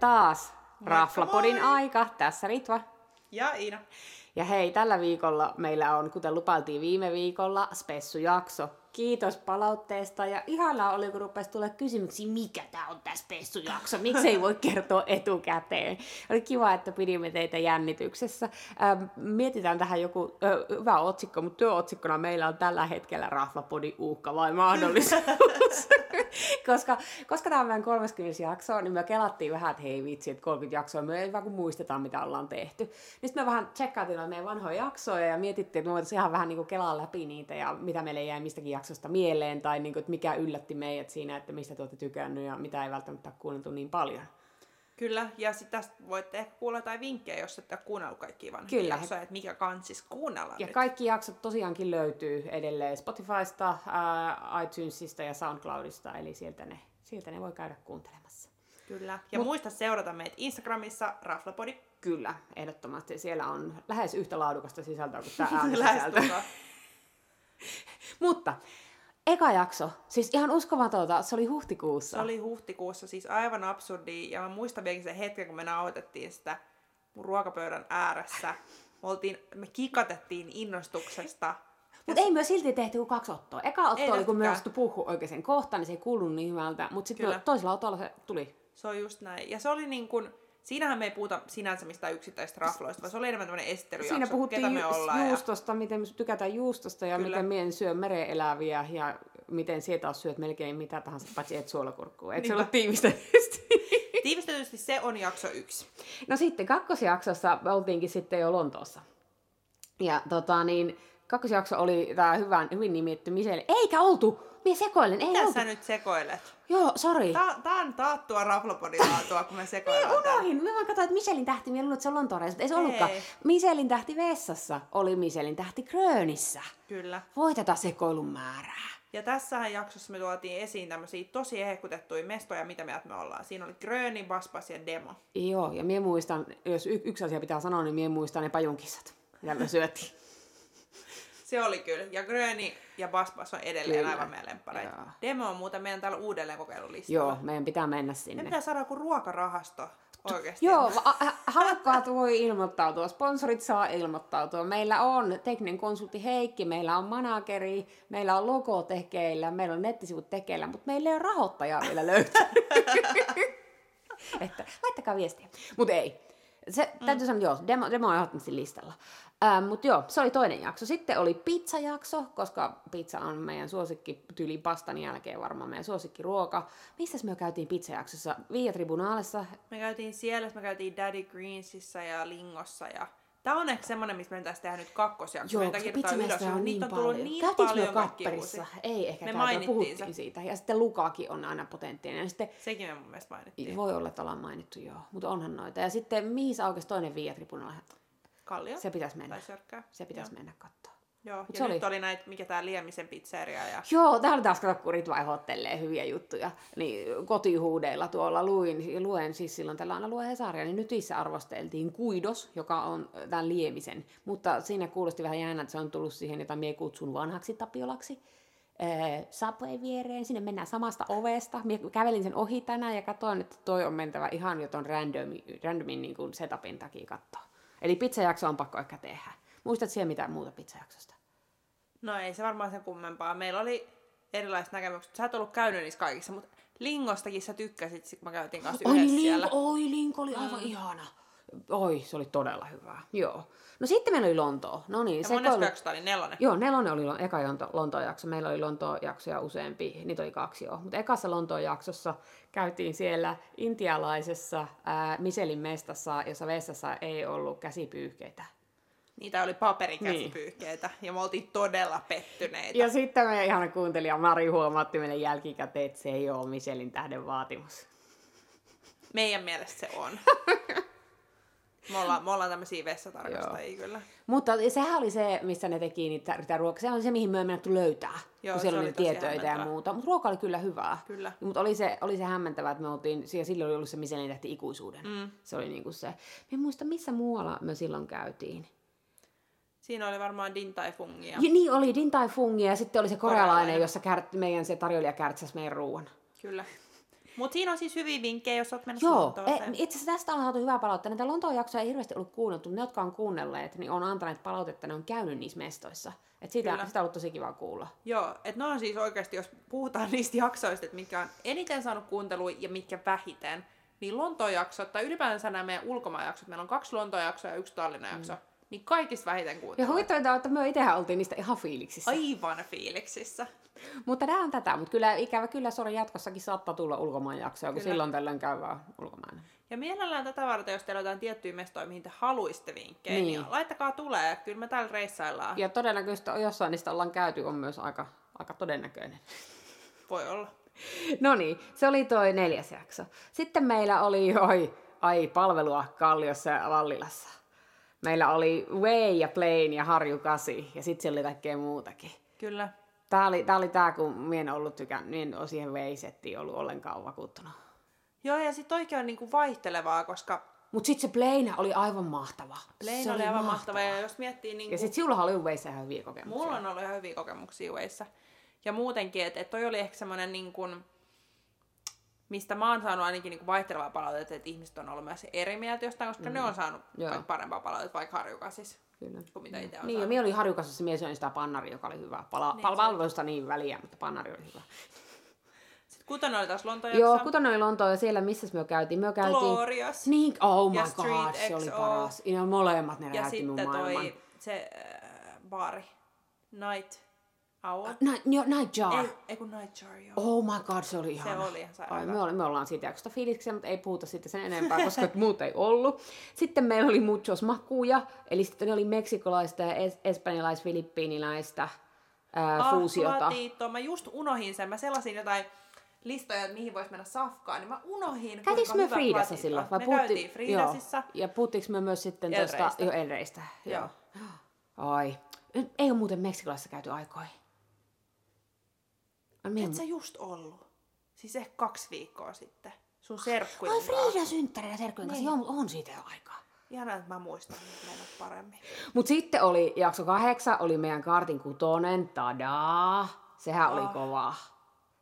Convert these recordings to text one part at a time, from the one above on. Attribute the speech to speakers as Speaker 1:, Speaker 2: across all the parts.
Speaker 1: taas. Raflapodin aika. Tässä Ritva.
Speaker 2: Ja Iina.
Speaker 1: Ja hei, tällä viikolla meillä on, kuten lupailtiin viime viikolla, spessujakso. Kiitos palautteesta ja ihanaa oli, kun rupesi tulla kysymyksiä, mikä tämä on tämä spessujakso, miksi ei voi kertoa etukäteen. Oli kiva, että pidimme teitä jännityksessä. Ähm, mietitään tähän joku äh, hyvä otsikko, mutta työotsikkona meillä on tällä hetkellä Raflapodin uhka vai mahdollisuus. koska, koska tämä on meidän 30 jaksoa, niin me kelattiin vähän, että hei vitsi, että 30 jaksoa, me ei vaan kun muisteta, mitä ollaan tehty. Niin sitten me vähän tsekkailtiin noita meidän vanhoja jaksoja ja mietittiin, että me voitaisiin ihan vähän niin kuin kelaa läpi niitä ja mitä meille jäi mistäkin jaksosta mieleen tai niin kuin, että mikä yllätti meidät siinä, että mistä te olette tykännyt ja mitä ei välttämättä ole kuunneltu niin paljon.
Speaker 2: Kyllä, ja sitten tästä voitte ehkä kuulla jotain vinkkejä, jos ette ole kuunnellut kaikkia vanhoja
Speaker 1: Kyllä.
Speaker 2: jaksoja, että mikä kansis kuunnella
Speaker 1: Ja
Speaker 2: nyt.
Speaker 1: kaikki jaksot tosiaankin löytyy edelleen Spotifysta, ää, iTunesista ja SoundCloudista, eli sieltä ne, sieltä ne voi käydä kuuntelemassa.
Speaker 2: Kyllä. Ja
Speaker 1: Mut-
Speaker 2: muista seurata meitä Instagramissa, Raflapodi.
Speaker 1: Kyllä, ehdottomasti. Siellä on lähes yhtä laadukasta sisältöä kuin tämä äänisisältö.
Speaker 2: Lähestulkoon.
Speaker 1: Mutta eka jakso, siis ihan uskomatonta, se oli huhtikuussa.
Speaker 2: Se oli huhtikuussa, siis aivan absurdi. Ja mä muistan vieläkin sen hetken, kun me nauhoitettiin sitä mun ruokapöydän ääressä. Me, oltiin, me kikatettiin innostuksesta.
Speaker 1: Mutta ei myös silti tehty kuin kaksi ottoa. Eka
Speaker 2: Ei
Speaker 1: otto oli, kun me
Speaker 2: tehtykään.
Speaker 1: astu puhua oikein kohtaan, niin se ei kuulunut niin hyvältä, mutta
Speaker 2: Kyllä.
Speaker 1: sitten toisella otolla se tuli.
Speaker 2: Se on just näin. Ja se oli niin kuin, siinähän me ei puhuta sinänsä mistä yksittäisistä rafloista, vaan se oli enemmän tämmöinen estelyjakso,
Speaker 1: Siinä puhuttiin
Speaker 2: ketä me ollaan.
Speaker 1: ju-
Speaker 2: Ja...
Speaker 1: juustosta, miten me tykätään juustosta ja
Speaker 2: Kyllä.
Speaker 1: miten mien syö mereeläviä ja miten sieltä taas syöt melkein mitä tahansa, paitsi et suolakurkkua. Eikö se
Speaker 2: Niinpä.
Speaker 1: ollut tiivistetysti?
Speaker 2: Tiivistetysti se on jakso yksi.
Speaker 1: No sitten kakkosjaksossa me oltiinkin sitten jo Lontoossa. Ja tota niin, kakkosjakso oli tää hyvän, hyvin nimetty Michelle. Eikä oltu! Mie sekoilen, ei
Speaker 2: Mitä
Speaker 1: oltu.
Speaker 2: sä nyt sekoilet?
Speaker 1: Joo, sori.
Speaker 2: Tää, tää on taattua raflopodilaatua, kun me
Speaker 1: Mie
Speaker 2: sekoillaan täällä.
Speaker 1: unohin. Mä vaan katsoin, että Michelin tähti, mie luulen, että se on Lontoon reissu, mutta ei se
Speaker 2: Ei.
Speaker 1: ollutkaan. Michelin tähti vessassa oli Michelin tähti Krönissä.
Speaker 2: Kyllä.
Speaker 1: Voi tätä sekoilun määrää.
Speaker 2: Ja tässähän jaksossa me tuotiin esiin tämmöisiä tosi ehkutettuja mestoja, mitä mieltä me ollaan. Siinä oli Gröni, Baspas ja Demo.
Speaker 1: Joo, ja mie muistan, jos y- yksi asia pitää sanoa, niin mie muistan ne pajunkissat, mitä me syötiin.
Speaker 2: Se oli kyllä. Ja Gröni ja Baspas on edelleen
Speaker 1: Kyllä.
Speaker 2: aivan meidän lemppareita.
Speaker 1: Joo.
Speaker 2: Demo on muuten meidän täällä uudelleen kokeilulistalla.
Speaker 1: Joo, meidän pitää mennä sinne.
Speaker 2: Me pitää saada joku ruokarahasto oikeasti.
Speaker 1: Joo, va- a- halukkaat voi ilmoittautua, sponsorit saa ilmoittautua. Meillä on tekninen konsultti Heikki, meillä on manageri, meillä on logo tekeillä, meillä on nettisivut tekeillä, mutta meillä ei ole rahoittajaa vielä löytynyt. että laittakaa viestiä. Mutta ei. Se, täytyy sanoa, joo, demo, demo on ehdottomasti listalla. Ähm, Mutta joo, se oli toinen jakso. Sitten oli pizzajakso, koska pizza on meidän suosikki, tyyli pastan jälkeen varmaan meidän suosikkiruoka. Missäs me käytiin pizzajaksossa? Via Tribunaalissa,
Speaker 2: Me käytiin siellä, me käytiin Daddy Greensissa ja Lingossa ja... Tää on ehkä semmonen, missä meidän pitäisi tehdä nyt kakkosjakso.
Speaker 1: Joo,
Speaker 2: Meidän
Speaker 1: koska
Speaker 2: pitää kirjoittaa
Speaker 1: pizzamestari
Speaker 2: ylös.
Speaker 1: on niin
Speaker 2: Niitä on
Speaker 1: paljon.
Speaker 2: tullut niin
Speaker 1: Käytiinkö me
Speaker 2: paljon
Speaker 1: jo
Speaker 2: kaikkia
Speaker 1: kapparissa?
Speaker 2: uusia.
Speaker 1: Ei ehkä
Speaker 2: Me
Speaker 1: käyty,
Speaker 2: mainittiin
Speaker 1: puhuttiin
Speaker 2: se.
Speaker 1: siitä. Ja sitten Lukakin on aina potentiaalinen. Ja Sitten
Speaker 2: Sekin me mun mielestä mainittiin.
Speaker 1: voi olla, että ollaan mainittu joo, mutta onhan noita. Ja sitten mihin se aukesi toinen viiatripunalla?
Speaker 2: Kallio
Speaker 1: Se pitäisi mennä.
Speaker 2: tai Sörkkää.
Speaker 1: Se pitäisi mennä katsoa.
Speaker 2: Joo, ja
Speaker 1: se
Speaker 2: nyt
Speaker 1: oli-
Speaker 2: oli... oli näitä, mikä tää Liemisen pizzeria ja...
Speaker 1: Joo, täällä taas kato, kun Ritva ehdottelee hyviä juttuja. Niin kotihuudeilla tuolla luin, luen siis silloin tällä aina lue Hesaria, niin nyt niissä arvosteltiin Kuidos, joka on äh, tämän liemisen. Mutta siinä kuulosti vähän jännä, että se on tullut siihen, jota mie kutsun vanhaksi tapiolaksi. Öö, Subway viereen, sinne mennään samasta ovesta. Mie kävelin sen ohi tänään ja katsoin, että toi on mentävä ihan joton randomi, randomin niin kuin setupin takia katsoa. Eli pizzajakso on pakko ehkä tehdä. Muistat siellä mitään muuta pizzajaksosta?
Speaker 2: No ei se varmaan sen kummempaa. Meillä oli erilaiset näkemykset. Sä et ollut käynyt niissä kaikissa, mutta Lingostakin sä tykkäsit, sit kun me käytiin kanssa
Speaker 1: Oi,
Speaker 2: yhdessä
Speaker 1: niin,
Speaker 2: siellä.
Speaker 1: oi Link oli aivan mm. ihana. Oi, se oli todella hyvää. Joo. No sitten meillä oli Lontoa. No niin,
Speaker 2: Ja
Speaker 1: se
Speaker 2: monessa
Speaker 1: oli...
Speaker 2: jaksossa oli nelonen.
Speaker 1: Joo, nelonen oli lo- eka Lonto- Lontoon jakso. Meillä oli Lontoon jaksoja useampi, niitä oli kaksi joo. Mutta ekassa Lontoon jaksossa käytiin siellä intialaisessa ää, Michelin mestassa, jossa vessassa ei ollut käsipyyhkeitä.
Speaker 2: Niitä oli paperikäsipyyhkeitä ja me oltiin todella pettyneitä.
Speaker 1: Niin. Ja sitten meidän ihana kuuntelija Mari huomautti meille jälkikäteen, että se ei ole Michelin tähden vaatimus.
Speaker 2: Meidän mielestä se on. me, ollaan, me ollaan tämmöisiä vessatarkastajia kyllä.
Speaker 1: Mutta sehän oli se, missä ne teki niitä, niitä ruokaa. Se on se, mihin me ei menetty löytää. Joo,
Speaker 2: Joo,
Speaker 1: kun
Speaker 2: se
Speaker 1: siellä oli
Speaker 2: oli
Speaker 1: niitä
Speaker 2: tosi
Speaker 1: tietoita ja
Speaker 2: hämmentävää.
Speaker 1: muuta. Mutta ruoka oli kyllä hyvää.
Speaker 2: Kyllä.
Speaker 1: Mutta oli se, oli se hämmentävää, että me oltiin, siellä silloin oli ollut se Michelin tähti ikuisuuden. Mm. Se oli niinku se. Me en muista, missä muualla me silloin käytiin.
Speaker 2: Siinä oli varmaan Din tai Fungia.
Speaker 1: Ja, niin, oli Din Tai Fungi ja sitten oli se korealainen,
Speaker 2: Korealainen.
Speaker 1: jossa kärt, meidän se tarjoilija kärtsäsi meidän ruoan.
Speaker 2: Kyllä. Mut siinä on siis hyviä vinkkejä, jos oot menossa
Speaker 1: Joo, e,
Speaker 2: Lontooseen.
Speaker 1: itse asiassa tästä on saatu hyvää palautetta. Näitä Lontoon jaksoja ei hirveästi ollut kuunneltu. Ne, jotka on kuunnelleet, niin on antaneet palautetta, ne on käynyt niissä mestoissa. Et sitä,
Speaker 2: Kyllä.
Speaker 1: sitä on ollut tosi kiva kuulla.
Speaker 2: Joo, että ne on siis oikeasti, jos puhutaan niistä jaksoista, että mitkä on eniten saanut kuuntelua ja mitkä vähiten, niin Lontoon jaksot, tai ylipäänsä nämä meidän ulkomaanjaksot, meillä on kaksi Lontoon jaksoa ja yksi Tallinnan jakso, mm. niin kaikista vähiten
Speaker 1: Ja
Speaker 2: kuuntelua.
Speaker 1: huvittavinta on, että me itsehän oltiin niistä ihan fiiliksissä. Ai.
Speaker 2: Aivan fiiliksissä.
Speaker 1: Mutta nämä on tätä, mutta kyllä ikävä kyllä sori jatkossakin saattaa tulla ulkomaan jaksoja, kun
Speaker 2: Kyllä.
Speaker 1: silloin tällöin käy vaan ulkomaan.
Speaker 2: Ja mielellään tätä varten, jos teillä on jotain tiettyjä mestoja, mihin te haluaisitte vinkkejä, niin.
Speaker 1: Niin.
Speaker 2: niin laittakaa tulee. Kyllä me täällä reissaillaan. Ja.
Speaker 1: Ja todennäköisesti jossain niistä ollaan käyty, on myös aika, aika todennäköinen.
Speaker 2: Voi olla.
Speaker 1: No niin, se oli toi neljäs jakso. Sitten meillä oli, oi, ai palvelua Kalliossa ja Vallilassa. Meillä oli Way ja Plain ja Harju 8 ja sitten siellä oli kaikkea muutakin.
Speaker 2: Kyllä.
Speaker 1: Tää oli, tää oli tää, kun mien en ollut tykännyt, mien en ole siihen Way-settiin ollut ollenkaan vakuuttunut.
Speaker 2: Joo, ja sitten oikein on niinku vaihtelevaa, koska
Speaker 1: Mut sit se Plain oli aivan mahtava.
Speaker 2: Plain
Speaker 1: se
Speaker 2: oli aivan mahtava. Ja jos miettii niinku...
Speaker 1: Ja sit sinulla oli Wayssä ihan hyviä kokemuksia.
Speaker 2: Mulla on ollut ihan hyviä kokemuksia Wayssä. Ja muutenkin, että et toi oli ehkä semmoinen niin kuin, mistä mä oon saanut ainakin niin vaihtelevaa palautetta, että ihmiset on ollut myös eri mieltä jostain, koska mm. ne on saanut
Speaker 1: Joo.
Speaker 2: vaikka parempaa palautetta, vaikka harjukasissa,
Speaker 1: Kyllä.
Speaker 2: kuin mitä itse on
Speaker 1: Niin, ja
Speaker 2: saanut.
Speaker 1: minä oli harjukassa se mies, söin sitä pannari, joka oli hyvä. Pala, pal- palvelusta niin väliä, mutta pannari oli hyvä.
Speaker 2: Sitten kutonen oli taas Lontoon
Speaker 1: Joo,
Speaker 2: jakso.
Speaker 1: kutonen oli Lontoa ja siellä missä me käytiin. Me käytiin...
Speaker 2: Glorious.
Speaker 1: Niin, oh my
Speaker 2: Ja
Speaker 1: god,
Speaker 2: Street
Speaker 1: se oli
Speaker 2: XO.
Speaker 1: paras. Ja molemmat ne
Speaker 2: ja
Speaker 1: räjäytti mun
Speaker 2: sitten
Speaker 1: maailman.
Speaker 2: toi se äh, baari. Night Owl.
Speaker 1: Night, jo, Nightjar.
Speaker 2: Ei, ei kun Nightjar, joo.
Speaker 1: Oh my god, se oli ihana.
Speaker 2: Se oli ihan
Speaker 1: Ai,
Speaker 2: sairaan.
Speaker 1: me, ollaan, me ollaan siitä jaksosta fiiliksiä, mutta ei puhuta siitä sen enempää, koska muut ei ollut. Sitten meillä oli muchos makuja, eli sitten ne oli meksikolaista ja es- espanjalais-filippiiniläistä ää,
Speaker 2: Ah,
Speaker 1: fuusiota.
Speaker 2: Platito. Mä just unohin sen. Mä sellaisin jotain listoja, että mihin voisi mennä safkaan, niin mä unohin.
Speaker 1: Käytiinkö
Speaker 2: kuinka
Speaker 1: me
Speaker 2: hyvä
Speaker 1: Friidassa
Speaker 2: Platito.
Speaker 1: silloin?
Speaker 2: Me käytiin Friidasissa.
Speaker 1: Joo. Ja puhuttiinko me myös sitten tuosta
Speaker 2: Elreistä.
Speaker 1: jo Elreistä?
Speaker 2: Joo.
Speaker 1: Ai. Nyt Ei ole muuten Meksikolaisessa käyty aikoihin. On
Speaker 2: Joo.
Speaker 1: minun...
Speaker 2: Et sä just ollut? Siis ehkä kaksi viikkoa sitten. Sun serkkujen
Speaker 1: Ai
Speaker 2: kanssa.
Speaker 1: Frida synttärillä serkkujen
Speaker 2: Niin.
Speaker 1: kanssa. Joo, mut on siitä jo aikaa.
Speaker 2: Ihanaa, että mä muistan nyt mennä paremmin.
Speaker 1: Mut sitten oli jakso kahdeksan, oli meidän kartin kutonen. Tadaa! Sehän oli kovaa.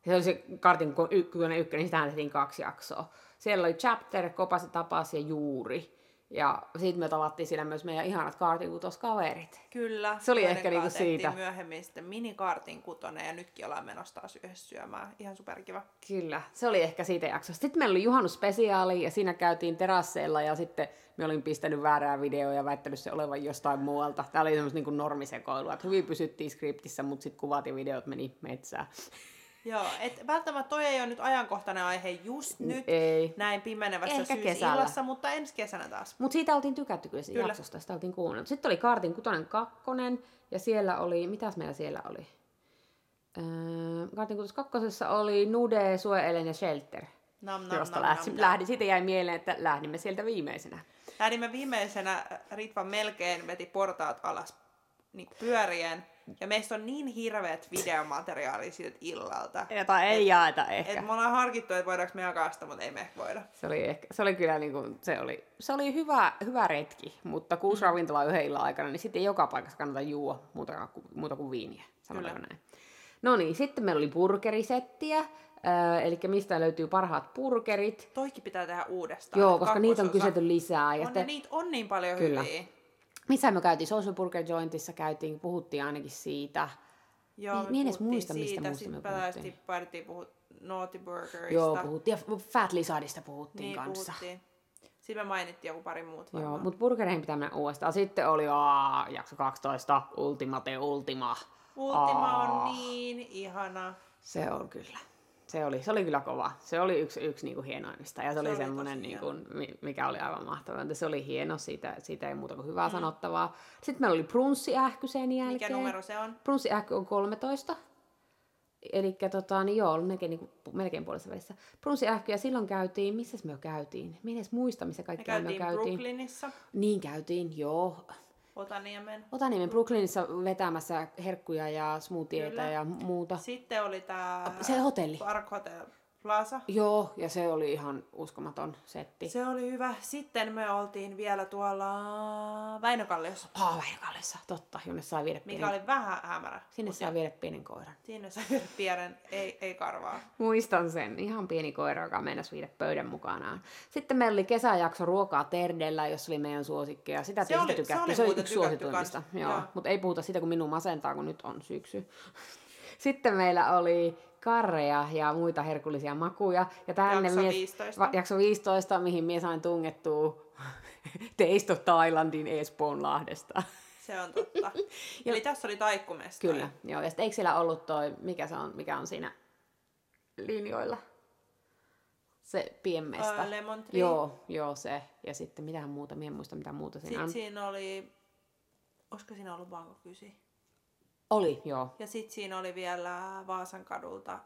Speaker 1: Se oli se kartin ku- ykkönen, ykkönen, niin sitähän tehtiin kaksi jaksoa. Siellä oli chapter, kopasi tapas ja juuri. Ja sitten me tavattiin siellä myös meidän ihanat kartin kutoskaverit.
Speaker 2: Kyllä.
Speaker 1: Se oli
Speaker 2: joiden
Speaker 1: ehkä niinku
Speaker 2: kanssa tehtiin
Speaker 1: siitä.
Speaker 2: myöhemmin sitten minikartin kutonen ja nytkin ollaan menossa taas yhdessä syömään. Ihan superkiva.
Speaker 1: Kyllä, se oli ehkä siitä jaksosta. Sitten meillä oli juhannusspesiaali ja siinä käytiin terasseilla ja sitten me olin pistänyt väärää videoa ja väittänyt se olevan jostain muualta. Tää oli semmoista niin normisekoilua, että hyvin pysyttiin skriptissä, mutta sitten kuvat ja videot meni metsään.
Speaker 2: Joo, et välttämättä toi ei ole nyt ajankohtainen aihe just nyt.
Speaker 1: Ei.
Speaker 2: Näin pimenevässä
Speaker 1: Ehkä kesällä.
Speaker 2: syysillassa, mutta ensi kesänä taas.
Speaker 1: Mutta siitä oltiin tykätty kyllä, siitä
Speaker 2: Kyllä.
Speaker 1: jaksosta, sitä oltiin kuunneltu. Sitten oli Kartin kutonen kakkonen ja siellä oli, mitäs meillä siellä oli? Öö, Kartin kutos kakkosessa oli Nude, Sue, Ellen ja Shelter.
Speaker 2: Nam,
Speaker 1: Nam, josta nam, lähdin, nam, lähdin, siitä jäi mieleen, että lähdimme sieltä viimeisenä.
Speaker 2: Lähdimme viimeisenä, Ritva melkein veti portaat alas niin pyörien. Ja meistä on niin hirveät videomateriaalia siltä illalta.
Speaker 1: Jota ei jaeta ehkä.
Speaker 2: Et me ollaan harkittu, että voidaanko me jakaa sitä, mutta ei me ehkä voida.
Speaker 1: Se oli, ehkä, se oli kyllä niinku, se oli, se oli hyvä, hyvä retki, mutta kuusi mm. ravintolaa yhden illan aikana, niin sitten ei joka paikassa kannata juua muuta, kuin- muuta kuin viiniä, sanotaanko näin. No niin, sitten meillä oli burgerisettiä, äh, eli mistä löytyy parhaat burgerit.
Speaker 2: Toikin pitää tehdä uudestaan.
Speaker 1: Joo,
Speaker 2: et
Speaker 1: koska niitä on
Speaker 2: kakkososa.
Speaker 1: kyselty lisää. Ja
Speaker 2: On, ja
Speaker 1: sitten,
Speaker 2: niitä on niin paljon
Speaker 1: Kyllä.
Speaker 2: Kyllä. hyviä.
Speaker 1: missä me käytiin? Social Burger Jointissa käytiin, puhuttiin ainakin siitä.
Speaker 2: Joo,
Speaker 1: Niin,
Speaker 2: me
Speaker 1: minä en edes
Speaker 2: puhuttiin
Speaker 1: muista, mistä
Speaker 2: siitä.
Speaker 1: muusta me
Speaker 2: Sitten
Speaker 1: puhuttiin.
Speaker 2: päästiin partiin puhut Naughty Burgerista.
Speaker 1: Joo, puhuttiin. Ja Fat Lizardista puhuttiin
Speaker 2: niin,
Speaker 1: kanssa.
Speaker 2: puhuttiin. Sitten me mainittiin joku pari muut
Speaker 1: Joo,
Speaker 2: varmaan.
Speaker 1: mutta burgereihin pitää mennä uudestaan. Sitten oli aa, jakso 12, Ultimate Ultima.
Speaker 2: Ultima
Speaker 1: Aa.
Speaker 2: on niin ihana.
Speaker 1: Se on kyllä. Se oli, se oli kyllä kova. Se oli yksi, yksi niinku hienoimmista ja se, se oli
Speaker 2: oli
Speaker 1: semmoinen,
Speaker 2: tosi
Speaker 1: niinku, mi- mikä oli aivan mahtavaa. Mutta Se oli hieno, siitä, siitä ei muuta kuin hyvää mm. sanottavaa. Sitten meillä oli prunssiähky sen jälkeen.
Speaker 2: Mikä numero se on?
Speaker 1: Prunssiähky on 13. Eli tota, niin joo, ollut melkein, niinku, melkein puolessa välissä. Prunssiähky ja silloin käytiin, missä me jo käytiin? Minä en edes muista, missä
Speaker 2: Me
Speaker 1: kaikki
Speaker 2: käytiin, Brooklynissa,
Speaker 1: Niin käytiin, joo.
Speaker 2: Otaniemen.
Speaker 1: Otaniemen Brooklynissa vetämässä herkkuja ja smoothieita
Speaker 2: Kyllä.
Speaker 1: ja muuta.
Speaker 2: Sitten oli tää
Speaker 1: Se hotelli.
Speaker 2: Park Hotel Plaza.
Speaker 1: Joo, ja se oli ihan uskomaton setti. Se...
Speaker 2: Se oli hyvä. Sitten me oltiin vielä tuolla Väinökalliossa,
Speaker 1: Ah, Väinökallissa, totta, jonne sai viedä pienen,
Speaker 2: mikä oli vähän hämärä.
Speaker 1: sinne sai viedä pienen koiran.
Speaker 2: Siinä sai pienen, ei, ei karvaa.
Speaker 1: Muistan sen. Ihan pieni koira, joka meinasi viedä pöydän mukanaan. Sitten meillä oli kesäjakso ruokaa terdellä, jos oli meidän suosikkeja. Sitä
Speaker 2: Se
Speaker 1: tietysti
Speaker 2: oli- se
Speaker 1: tykättiin.
Speaker 2: oli
Speaker 1: Se oli
Speaker 2: muuten
Speaker 1: yksi
Speaker 2: tykätty
Speaker 1: suosituimmista.
Speaker 2: kans,
Speaker 1: Joo.
Speaker 2: joo.
Speaker 1: Mutta ei puhuta siitä, kun minun masentaa, kun nyt on syksy. Sitten meillä oli karreja ja muita herkullisia makuja. Ja tänne
Speaker 2: Jakso
Speaker 1: mies-
Speaker 2: 15.
Speaker 1: Va- jakso 15, mihin minä sain tungettua teisto Thailandin Espoonlahdesta.
Speaker 2: Se on totta. Eli tässä oli taikkumesta.
Speaker 1: Kyllä, joo. Ja sitten eikö siellä ollut toi, mikä se on, mikä on siinä linjoilla? Se pienmestä.
Speaker 2: Ää, lemon tree.
Speaker 1: joo, joo se. Ja sitten mitään muuta, minä en muista mitä muuta siinä
Speaker 2: Sitten
Speaker 1: on.
Speaker 2: siinä oli, olisiko siinä ollut Bangkok 9?
Speaker 1: Oli, joo.
Speaker 2: Ja sitten siinä oli vielä Vaasan kadulta,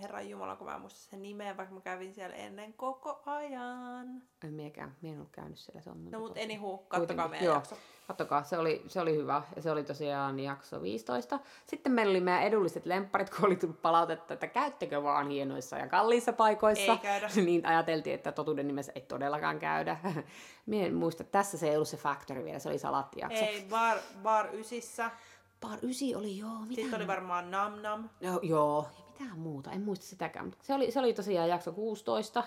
Speaker 2: Herran Jumala, kun mä en muista sen nimeä, vaikka mä kävin siellä ennen koko ajan.
Speaker 1: En miekään, minä en ollut käynyt siellä. Se on
Speaker 2: No
Speaker 1: muuten
Speaker 2: mut
Speaker 1: totta.
Speaker 2: anywho, kattokaa
Speaker 1: Kuitenkin,
Speaker 2: meidän
Speaker 1: joo.
Speaker 2: jakso.
Speaker 1: Kattokaa, se oli, se oli hyvä. Ja se oli tosiaan jakso 15. Sitten meillä oli meidän edulliset lempparit, kun oli tullut palautetta, että käyttekö vaan hienoissa ja kalliissa paikoissa.
Speaker 2: Ei käydä.
Speaker 1: niin ajateltiin, että totuuden nimessä ei todellakaan käydä. Mie en muista, tässä se ei ollut se factory vielä, se oli salattijakso.
Speaker 2: Ei, bar, bar ysissä.
Speaker 1: Par ysi oli joo, mitä?
Speaker 2: Sitten oli varmaan Nam Nam.
Speaker 1: No, joo, ja mitään muuta, en muista sitäkään. Mutta se oli, se oli tosiaan jakso 16.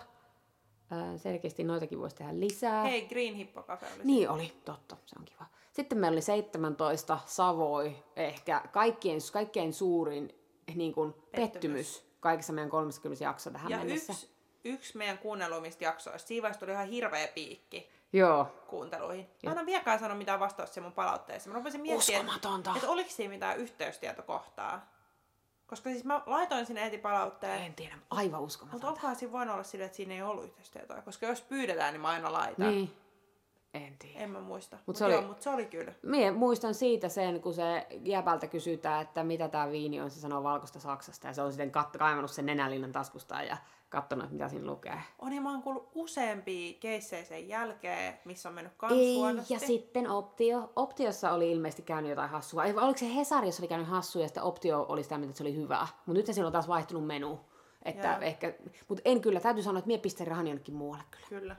Speaker 1: Öö, selkeästi noitakin voisi tehdä lisää.
Speaker 2: Hei, Green Hippo Cafe oli
Speaker 1: Äh. Niin oli, totta, se on kiva. Sitten meillä oli 17 Savoi, ehkä kaikkien, kaikkein suurin niin kuin pettymys.
Speaker 2: Pettymys.
Speaker 1: kaikissa meidän 30 jakso tähän
Speaker 2: Ja
Speaker 1: mennessä.
Speaker 2: yksi, yksi meidän kuunnelumista jaksoista, siinä vaiheessa tuli ihan hirveä piikki
Speaker 1: Joo,
Speaker 2: kuunteluihin. Mä en ole vieläkään sanonut mitään vastausta siihen mun palautteeseen. Mä rupesin miettimään,
Speaker 1: uskomatonta.
Speaker 2: että oliko siinä mitään yhteystietokohtaa. Koska siis mä laitoin sinne heti palautteen,
Speaker 1: En tiedä, aivan
Speaker 2: mutta
Speaker 1: uskomatonta.
Speaker 2: onkohan siinä voinut olla sille, että siinä ei ollut yhteystietoja. Koska jos pyydetään, niin mä aina laitan.
Speaker 1: Niin, en tiedä.
Speaker 2: En mä muista. Mutta
Speaker 1: se
Speaker 2: mut joo,
Speaker 1: oli-
Speaker 2: mut se oli kyllä.
Speaker 1: Mie muistan siitä sen, kun se jäbältä kysytään, että mitä tämä viini on, se sanoo valkoista Saksasta ja se on sitten kat- kaivannut sen nenälinnan taskustaan ja katsonut, että mitä siinä lukee.
Speaker 2: On ja mä oon kuullut useampia keissejä sen jälkeen, missä on mennyt kans
Speaker 1: Ei,
Speaker 2: huonosti.
Speaker 1: ja sitten Optio. Optiossa oli ilmeisesti käynyt jotain hassua. Ei, vai oliko se Hesari, jossa oli käynyt hassua ja sitten Optio oli sitä, mieltä, että se oli hyvää. Mutta nyt siellä on taas vaihtunut menu. Että
Speaker 2: Joo.
Speaker 1: ehkä, mutta en kyllä, täytyy sanoa, että mie pistän rahan jonnekin muualle kyllä.
Speaker 2: Kyllä.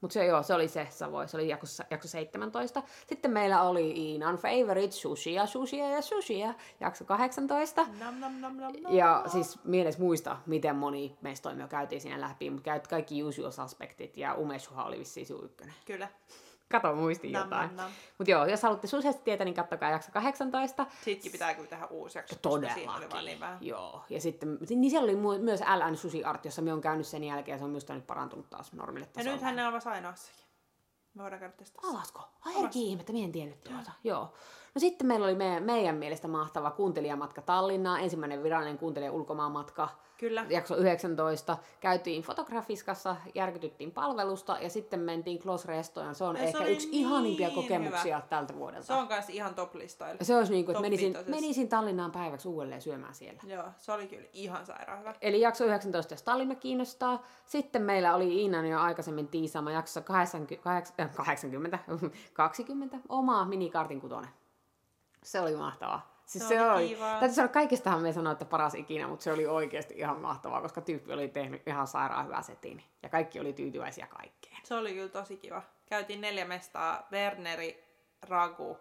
Speaker 1: Mutta se joo, se oli se Savoi, se oli jakso, jakso 17. Sitten meillä oli Iinan favorite sushia, sushia ja sushia, jakso 18.
Speaker 2: Nam, nam, nam, nam, nam.
Speaker 1: Ja siis mielessä muista, miten moni meistä toimia käytiin siinä läpi, mutta käyt kaikki usual suspectit ja Umeshuha oli vissiin sinun ykkönen.
Speaker 2: Kyllä.
Speaker 1: Kato muistin
Speaker 2: Nam,
Speaker 1: jotain.
Speaker 2: nam, nam.
Speaker 1: Mutta joo, jos haluatte susesti tietää, niin kattokaa jakso 18.
Speaker 2: Siitäkin pitää kyllä tehdä uusi jakso, koska siinä oli vaan niin
Speaker 1: Todellakin.
Speaker 2: vähän.
Speaker 1: Joo. Ja sitten, niin siellä oli mu- myös LN Susi Art, jossa me on käynyt sen jälkeen ja se on minusta nyt parantunut taas normille
Speaker 2: Ja
Speaker 1: tasolle.
Speaker 2: nythän ne avasi ainoassakin. Me voidaan käydä testata.
Speaker 1: Avasko? Ai herki ihmettä, minä en tiennyt tuota. Joo. No sitten meillä oli meidän, meidän mielestä mahtava kuuntelijamatka Tallinnaan, ensimmäinen virallinen kuuntelija ulkomaanmatka.
Speaker 2: Kyllä.
Speaker 1: Jakso 19. Käytiin fotografiskassa, järkytyttiin palvelusta ja sitten mentiin Close Restoon. Se on
Speaker 2: Ja No se
Speaker 1: ehkä
Speaker 2: oli
Speaker 1: yksi ihanimpia
Speaker 2: niin
Speaker 1: kokemuksia tältä vuodelta.
Speaker 2: Se on kans ihan top listoilla.
Speaker 1: Ja Se olisi niin kuin, että
Speaker 2: Top
Speaker 1: menisin,
Speaker 2: viitosessa.
Speaker 1: menisin Tallinnaan päiväksi uudelleen syömään siellä.
Speaker 2: Joo, se oli kyllä ihan sairaan hyvä.
Speaker 1: Eli jakso 19, jos Tallinna kiinnostaa. Sitten meillä oli Iinan jo aikaisemmin tiisaama jaksossa 80, kaheks- äh, 80 20, oma minikartin kutonen. Se oli mahtavaa. Siis
Speaker 2: Se
Speaker 1: se
Speaker 2: oli
Speaker 1: oli,
Speaker 2: kivaa.
Speaker 1: täytyy sanoa, kaikistahan me sanoa, että paras ikinä, mutta se oli oikeasti ihan mahtavaa, koska tyyppi oli tehnyt ihan sairaan hyvää setin. Ja kaikki oli tyytyväisiä kaikkeen.
Speaker 2: Se oli kyllä tosi kiva. Käytiin neljä mestaa, Werneri, Ragu,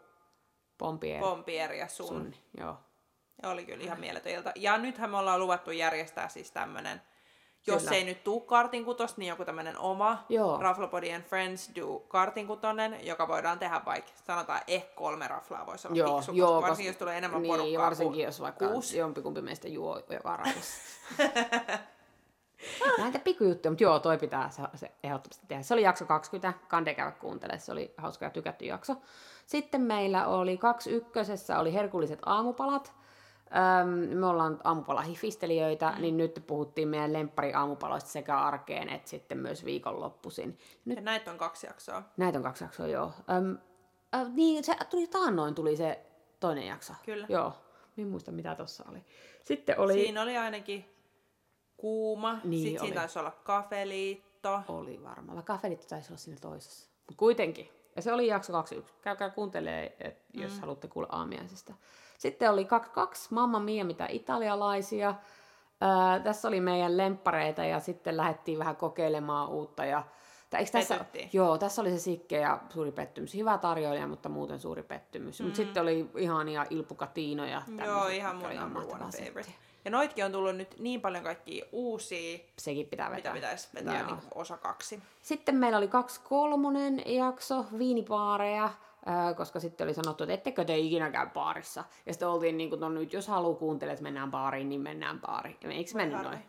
Speaker 1: Pompien
Speaker 2: Pompieri ja sun.
Speaker 1: sun. Joo.
Speaker 2: Ja oli kyllä ihan mieletön ilta. Ja nythän me ollaan luvattu järjestää siis tämmönen, jos
Speaker 1: Kyllä.
Speaker 2: ei nyt tuu kartinkutosta, niin joku tämmönen oma
Speaker 1: Joo.
Speaker 2: Raflabody and Friends do kartinkutonen, joka voidaan tehdä vaikka, sanotaan ehkä kolme raflaa voisi olla
Speaker 1: Joo,
Speaker 2: fiksu, koska
Speaker 1: joo,
Speaker 2: varsinkin
Speaker 1: koska-
Speaker 2: jos tulee enemmän
Speaker 1: niin,
Speaker 2: porukkaa
Speaker 1: ja
Speaker 2: kuin
Speaker 1: varsinkin jos vaikka
Speaker 2: kuusi.
Speaker 1: kuusi. jompikumpi meistä juo joka rajassa. Näitä pikkujuttuja, mutta joo, toi pitää se, se ehdottomasti tehdä. Se oli jakso 20, kande käydä kuuntelemaan, se oli hauska ja tykätty jakso. Sitten meillä oli kaksi ykkösessä oli herkulliset aamupalat. Öm, me ollaan aamupalahifistelijöitä, mm. niin nyt puhuttiin meidän lemppari aamupaloista sekä arkeen että sitten myös viikonloppuisin. Nyt
Speaker 2: Ja näitä on kaksi jaksoa.
Speaker 1: näitä on kaksi jaksoa, joo. Öm, ö, niin, se tuli taannoin tuli se toinen jakso.
Speaker 2: Kyllä.
Speaker 1: Joo. Minä en muista, mitä tuossa oli. Sitten oli...
Speaker 2: Siinä oli ainakin kuuma,
Speaker 1: Niin
Speaker 2: niin sitten
Speaker 1: oli. Oh,
Speaker 2: siinä taisi olla kafeliitto.
Speaker 1: Oli varmaan. Vai kafelit taisi olla siinä toisessa. Mut kuitenkin. Ja se oli jakso 21. Käykää kuuntelee, et jos haluatte kuulla aamiaisesta. Sitten oli 22 Mamma Mia, mitä italialaisia. Öö, tässä oli meidän lemppareita ja sitten lähdettiin vähän kokeilemaan uutta. Ja, tai eikö tässä,
Speaker 2: Petyttiin.
Speaker 1: joo, tässä oli se sikke ja suuri pettymys. Hyvä tarjoilija, mutta muuten suuri pettymys. Mutta sitten oli ihania ilpukatiinoja.
Speaker 2: Joo,
Speaker 1: tämmöiset,
Speaker 2: ihan
Speaker 1: mitkä oli
Speaker 2: mun number
Speaker 1: mahtavaa
Speaker 2: one
Speaker 1: settiä.
Speaker 2: favorite. Ja noitkin on tullut nyt niin paljon kaikkia uusia,
Speaker 1: Sekin pitää vetää.
Speaker 2: mitä pitäisi vetää
Speaker 1: Joo.
Speaker 2: niin osa kaksi.
Speaker 1: Sitten meillä oli kaksi kolmonen jakso, viinipaareja, ää, koska sitten oli sanottu, että ettekö te ikinä käy baarissa. Ja sitten oltiin niin kuin, no nyt jos haluaa kuuntele, että mennään baariin, niin mennään baariin. Ja me eikö mennyt noin?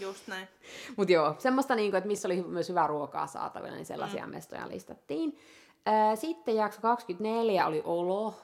Speaker 2: Just näin.
Speaker 1: Mutta joo, semmoista, niin kuin, että missä oli hy- myös hyvää ruokaa saatavilla, niin sellaisia mm. mestoja listattiin. Ää, Sitten jakso 24 oli olo.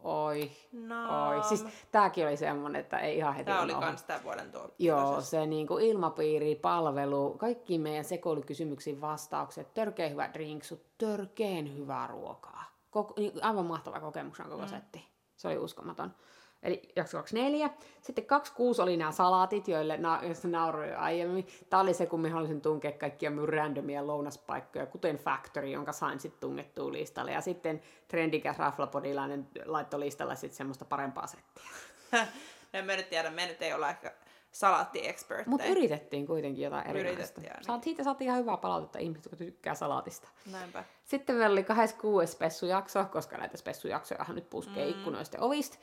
Speaker 1: Oi,
Speaker 2: No.
Speaker 1: oi. Siis tääkin oli semmonen, että ei ihan heti
Speaker 2: Tämä oli
Speaker 1: ollut ohi.
Speaker 2: kans tämän vuoden tuo.
Speaker 1: Joo, se niin kuin ilmapiiri, palvelu, kaikki meidän sekoilukysymyksiin vastaukset, törkeen hyvä drinksu, törkeen hyvää ruokaa. Koko, niin kuin aivan mahtava kokemus on koko setti. Se oli uskomaton. Eli jakso 24. Sitten 26 oli nämä salaatit, joille na- joista nauroin jo aiemmin. Tämä oli se, kun me halusin tunkea kaikkia mun randomia lounaspaikkoja, kuten Factory, jonka sain sitten tungettua listalle. Ja sitten trendikäs raflapodilainen laittoi listalle sitten semmoista parempaa settiä.
Speaker 2: en mä nyt tiedä, me nyt ei olla ehkä salaatti-expertteja.
Speaker 1: Mutta yritettiin kuitenkin jotain
Speaker 2: Yritettiin
Speaker 1: erinäistä.
Speaker 2: ainakin.
Speaker 1: Saat, siitä saatiin ihan hyvää palautetta ihmiset, jotka tykkää salaatista.
Speaker 2: Näinpä.
Speaker 1: Sitten meillä oli 26. spessujakso, koska näitä spessujaksojahan nyt puskee mm. ikkunoista ja ovista.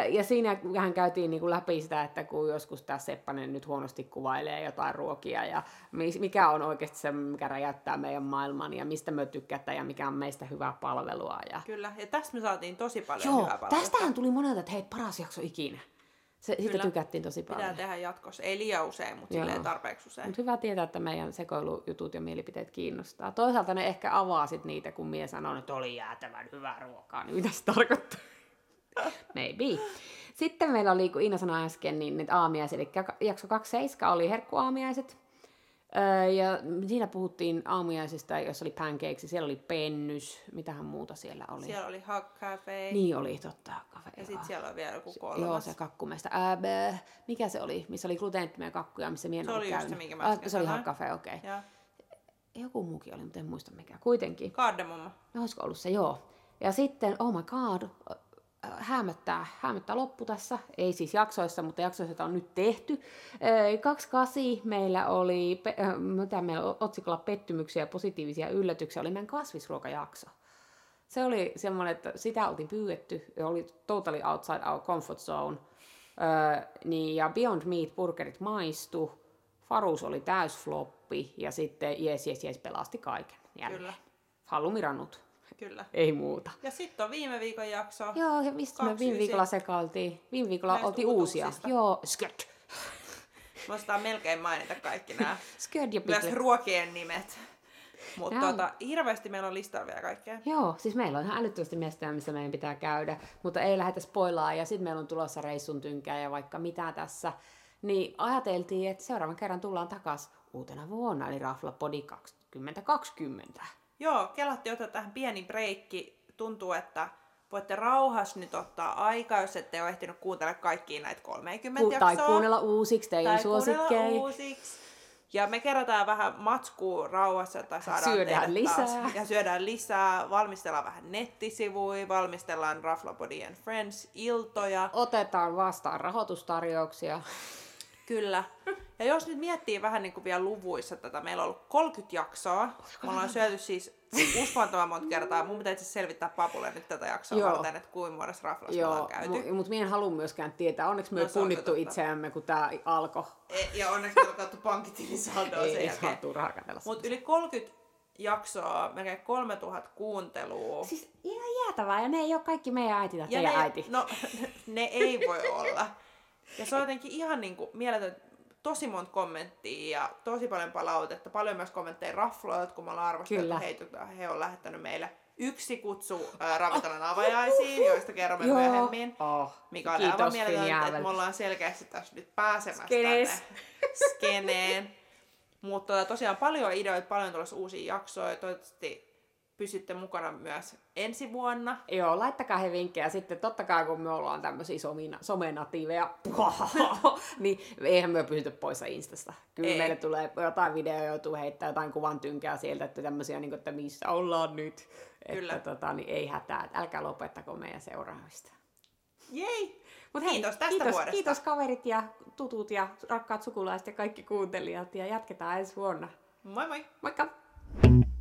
Speaker 1: Ö, Ja siinä vähän käytiin niinku läpi sitä, että kun joskus tämä Seppanen nyt huonosti kuvailee jotain ruokia ja mi- mikä on oikeasti se, mikä räjäyttää meidän maailman ja mistä me tykätään ja mikä on meistä hyvää palvelua. Ja...
Speaker 2: Kyllä, ja tästä me saatiin tosi paljon
Speaker 1: Joo,
Speaker 2: hyvää palautetta.
Speaker 1: tästähän tuli monelta, että hei, paras jakso ikinä. Se, siitä
Speaker 2: Kyllä.
Speaker 1: tykättiin tosi paljon.
Speaker 2: Pitää tehdä jatkossa. Ei liian usein, mutta
Speaker 1: Joo.
Speaker 2: silleen tarpeeksi usein.
Speaker 1: Mutta hyvä tietää, että meidän sekoilujutut ja mielipiteet kiinnostaa. Toisaalta ne ehkä avaa sit niitä, kun mie sanoo, että oli jäätävän hyvää ruokaa, niin mitä se tarkoittaa? Maybe. Sitten meillä oli, kun Iina sanoi äsken, niin nyt aamiaiset, eli jakso 27 oli herkkuaamiaiset. Öö, ja siinä puhuttiin aamiaisista, jossa oli pancakes, ja siellä oli pennys, mitähän muuta siellä oli.
Speaker 2: Siellä oli Hug Cafe.
Speaker 1: Niin oli, totta. Kafe,
Speaker 2: Ja
Speaker 1: joo.
Speaker 2: sitten siellä on vielä joku
Speaker 1: Joo,
Speaker 2: kolmas.
Speaker 1: se kakkumesta. Ää, bää. mikä se oli? Missä oli gluteenittomia kakkuja, missä minä en
Speaker 2: Se
Speaker 1: ollut
Speaker 2: oli just se,
Speaker 1: käynyt.
Speaker 2: minkä mä
Speaker 1: Ah,
Speaker 2: äsken
Speaker 1: se oli ihan
Speaker 2: sanoin.
Speaker 1: kafe, okei. Okay.
Speaker 2: ja
Speaker 1: Joku muukin oli, mutta en muista mikä. Kuitenkin.
Speaker 2: kardemumma.
Speaker 1: No, olisiko ollut se, joo. Ja sitten, oh my god, ö, ö, häämöttää, häämöttää loppu tässä. Ei siis jaksoissa, mutta jaksoissa, joita on nyt tehty. Ö, 28 meillä oli, pe- ö, mitä meillä oli otsikolla pettymyksiä ja positiivisia yllätyksiä, oli meidän kasvisruokajakso. Se oli semmoinen, että sitä oltiin pyydetty, ja oli totally outside our comfort zone. Öö, niin, ja Beyond Meat burgerit maistu, Farus oli täysfloppi, ja sitten Jes Jes Jes pelasti kaiken. Jälleen.
Speaker 2: Kyllä,
Speaker 1: Hallumiranut,
Speaker 2: kyllä.
Speaker 1: ei muuta.
Speaker 2: Ja sitten on viime viikon jakso.
Speaker 1: Joo, ja mistä me
Speaker 2: Kaksi
Speaker 1: viime viikolla
Speaker 2: ysi.
Speaker 1: sekailtiin? Viime viikolla
Speaker 2: Näistä
Speaker 1: oltiin uusia.
Speaker 2: uutuuksista.
Speaker 1: Joo, sköt.
Speaker 2: Muistaa melkein mainita kaikki nämä.
Speaker 1: Sköt ja
Speaker 2: Myös
Speaker 1: piklet.
Speaker 2: ruokien nimet. Mutta
Speaker 1: Nää on-
Speaker 2: tota, hirveästi meillä on listalla vielä kaikkea.
Speaker 1: Joo, siis meillä on ihan älyttömästi mestoja, missä meidän pitää käydä, mutta ei lähdetä spoilaa ja sitten meillä on tulossa reissun tynkää ja vaikka mitä tässä. Niin ajateltiin, että seuraavan kerran tullaan takas uutena vuonna, eli Raflapodi 2020.
Speaker 2: Joo, kelatti ottaa tähän pieni breikki. Tuntuu, että voitte rauhassa nyt ottaa aikaa, jos ette ole ehtinyt kuuntella kaikkia näitä 30
Speaker 1: Ku- tai
Speaker 2: jaksoa.
Speaker 1: kuunnella uusiksi teidän
Speaker 2: tai kuunnella
Speaker 1: suosikkei.
Speaker 2: uusiksi. Ja me kerätään vähän matskua rauhassa, että saadaan
Speaker 1: Syödään
Speaker 2: teille
Speaker 1: lisää.
Speaker 2: Taas. Ja syödään lisää, valmistellaan vähän nettisivuja, valmistellaan Raflabody and Friends-iltoja.
Speaker 1: Otetaan vastaan rahoitustarjouksia.
Speaker 2: Kyllä. Ja jos nyt miettii vähän niin kuin vielä luvuissa tätä, meillä on ollut 30 jaksoa. Me ollaan syöty siis uskomattoman monta kertaa. Mun pitää itse asiassa selvittää Papulle nyt tätä jaksoa
Speaker 1: Joo.
Speaker 2: Joo. varten, että kuinka muodossa raflassa me
Speaker 1: Joo,
Speaker 2: ollaan käyty.
Speaker 1: mutta minä en halua myöskään tietää. Onneksi me
Speaker 2: No,
Speaker 1: ei
Speaker 2: se on
Speaker 1: punnittu
Speaker 2: totta.
Speaker 1: itseämme, kun tämä alkoi.
Speaker 2: E- Ja onneksi meillä on katsottu pankkitilisaldoa
Speaker 1: Ei,
Speaker 2: sen
Speaker 1: ei
Speaker 2: jälkeen.
Speaker 1: saa turhaa katsella.
Speaker 2: Mutta yli 30 jaksoa, melkein 3000 kuuntelua.
Speaker 1: Siis ihan jäätävää, ja ne ei ole kaikki meidän äiti tai teidän
Speaker 2: ne,
Speaker 1: äiti.
Speaker 2: No, ne ei voi olla. Ja se on jotenkin ihan niin kuin mieletön, tosi monta kommenttia ja tosi paljon palautetta. Paljon myös kommentteja rafloilta, kun me ollaan arvosteltu
Speaker 1: Kyllä.
Speaker 2: heitä, joita he on lähettänyt meille. Yksi kutsu ää, ravintolan avajaisiin, joista kerromme Joo. myöhemmin.
Speaker 1: Oh,
Speaker 2: Mikä oli aivan mieletöntä, että
Speaker 1: Finjäävel.
Speaker 2: me ollaan selkeästi tässä nyt pääsemässä
Speaker 1: Skenes.
Speaker 2: tänne skeneen. Mutta tota, tosiaan paljon ideoita, paljon tulossa uusia jaksoja. Toivottavasti pysytte mukana myös ensi vuonna.
Speaker 1: Joo, laittakaa he vinkkejä. Sitten totta kai, kun me ollaan tämmöisiä somina, somenatiiveja, niin eihän me pysytä pois Instasta. Kyllä
Speaker 2: Ei.
Speaker 1: ei. meille tulee jotain videoja, joutuu heittää jotain kuvan tynkää sieltä, että tämmöisiä, niin kuin, että missä ollaan nyt.
Speaker 2: Kyllä.
Speaker 1: Että, tota, niin ei hätää, että älkää lopettako meidän seuraamista.
Speaker 2: Jei! Mut hei, kiitos tästä
Speaker 1: kiitos,
Speaker 2: vuodesta.
Speaker 1: kiitos kaverit ja tutut ja rakkaat sukulaiset ja kaikki kuuntelijat ja jatketaan ensi vuonna.
Speaker 2: Moi moi!
Speaker 1: Moikka!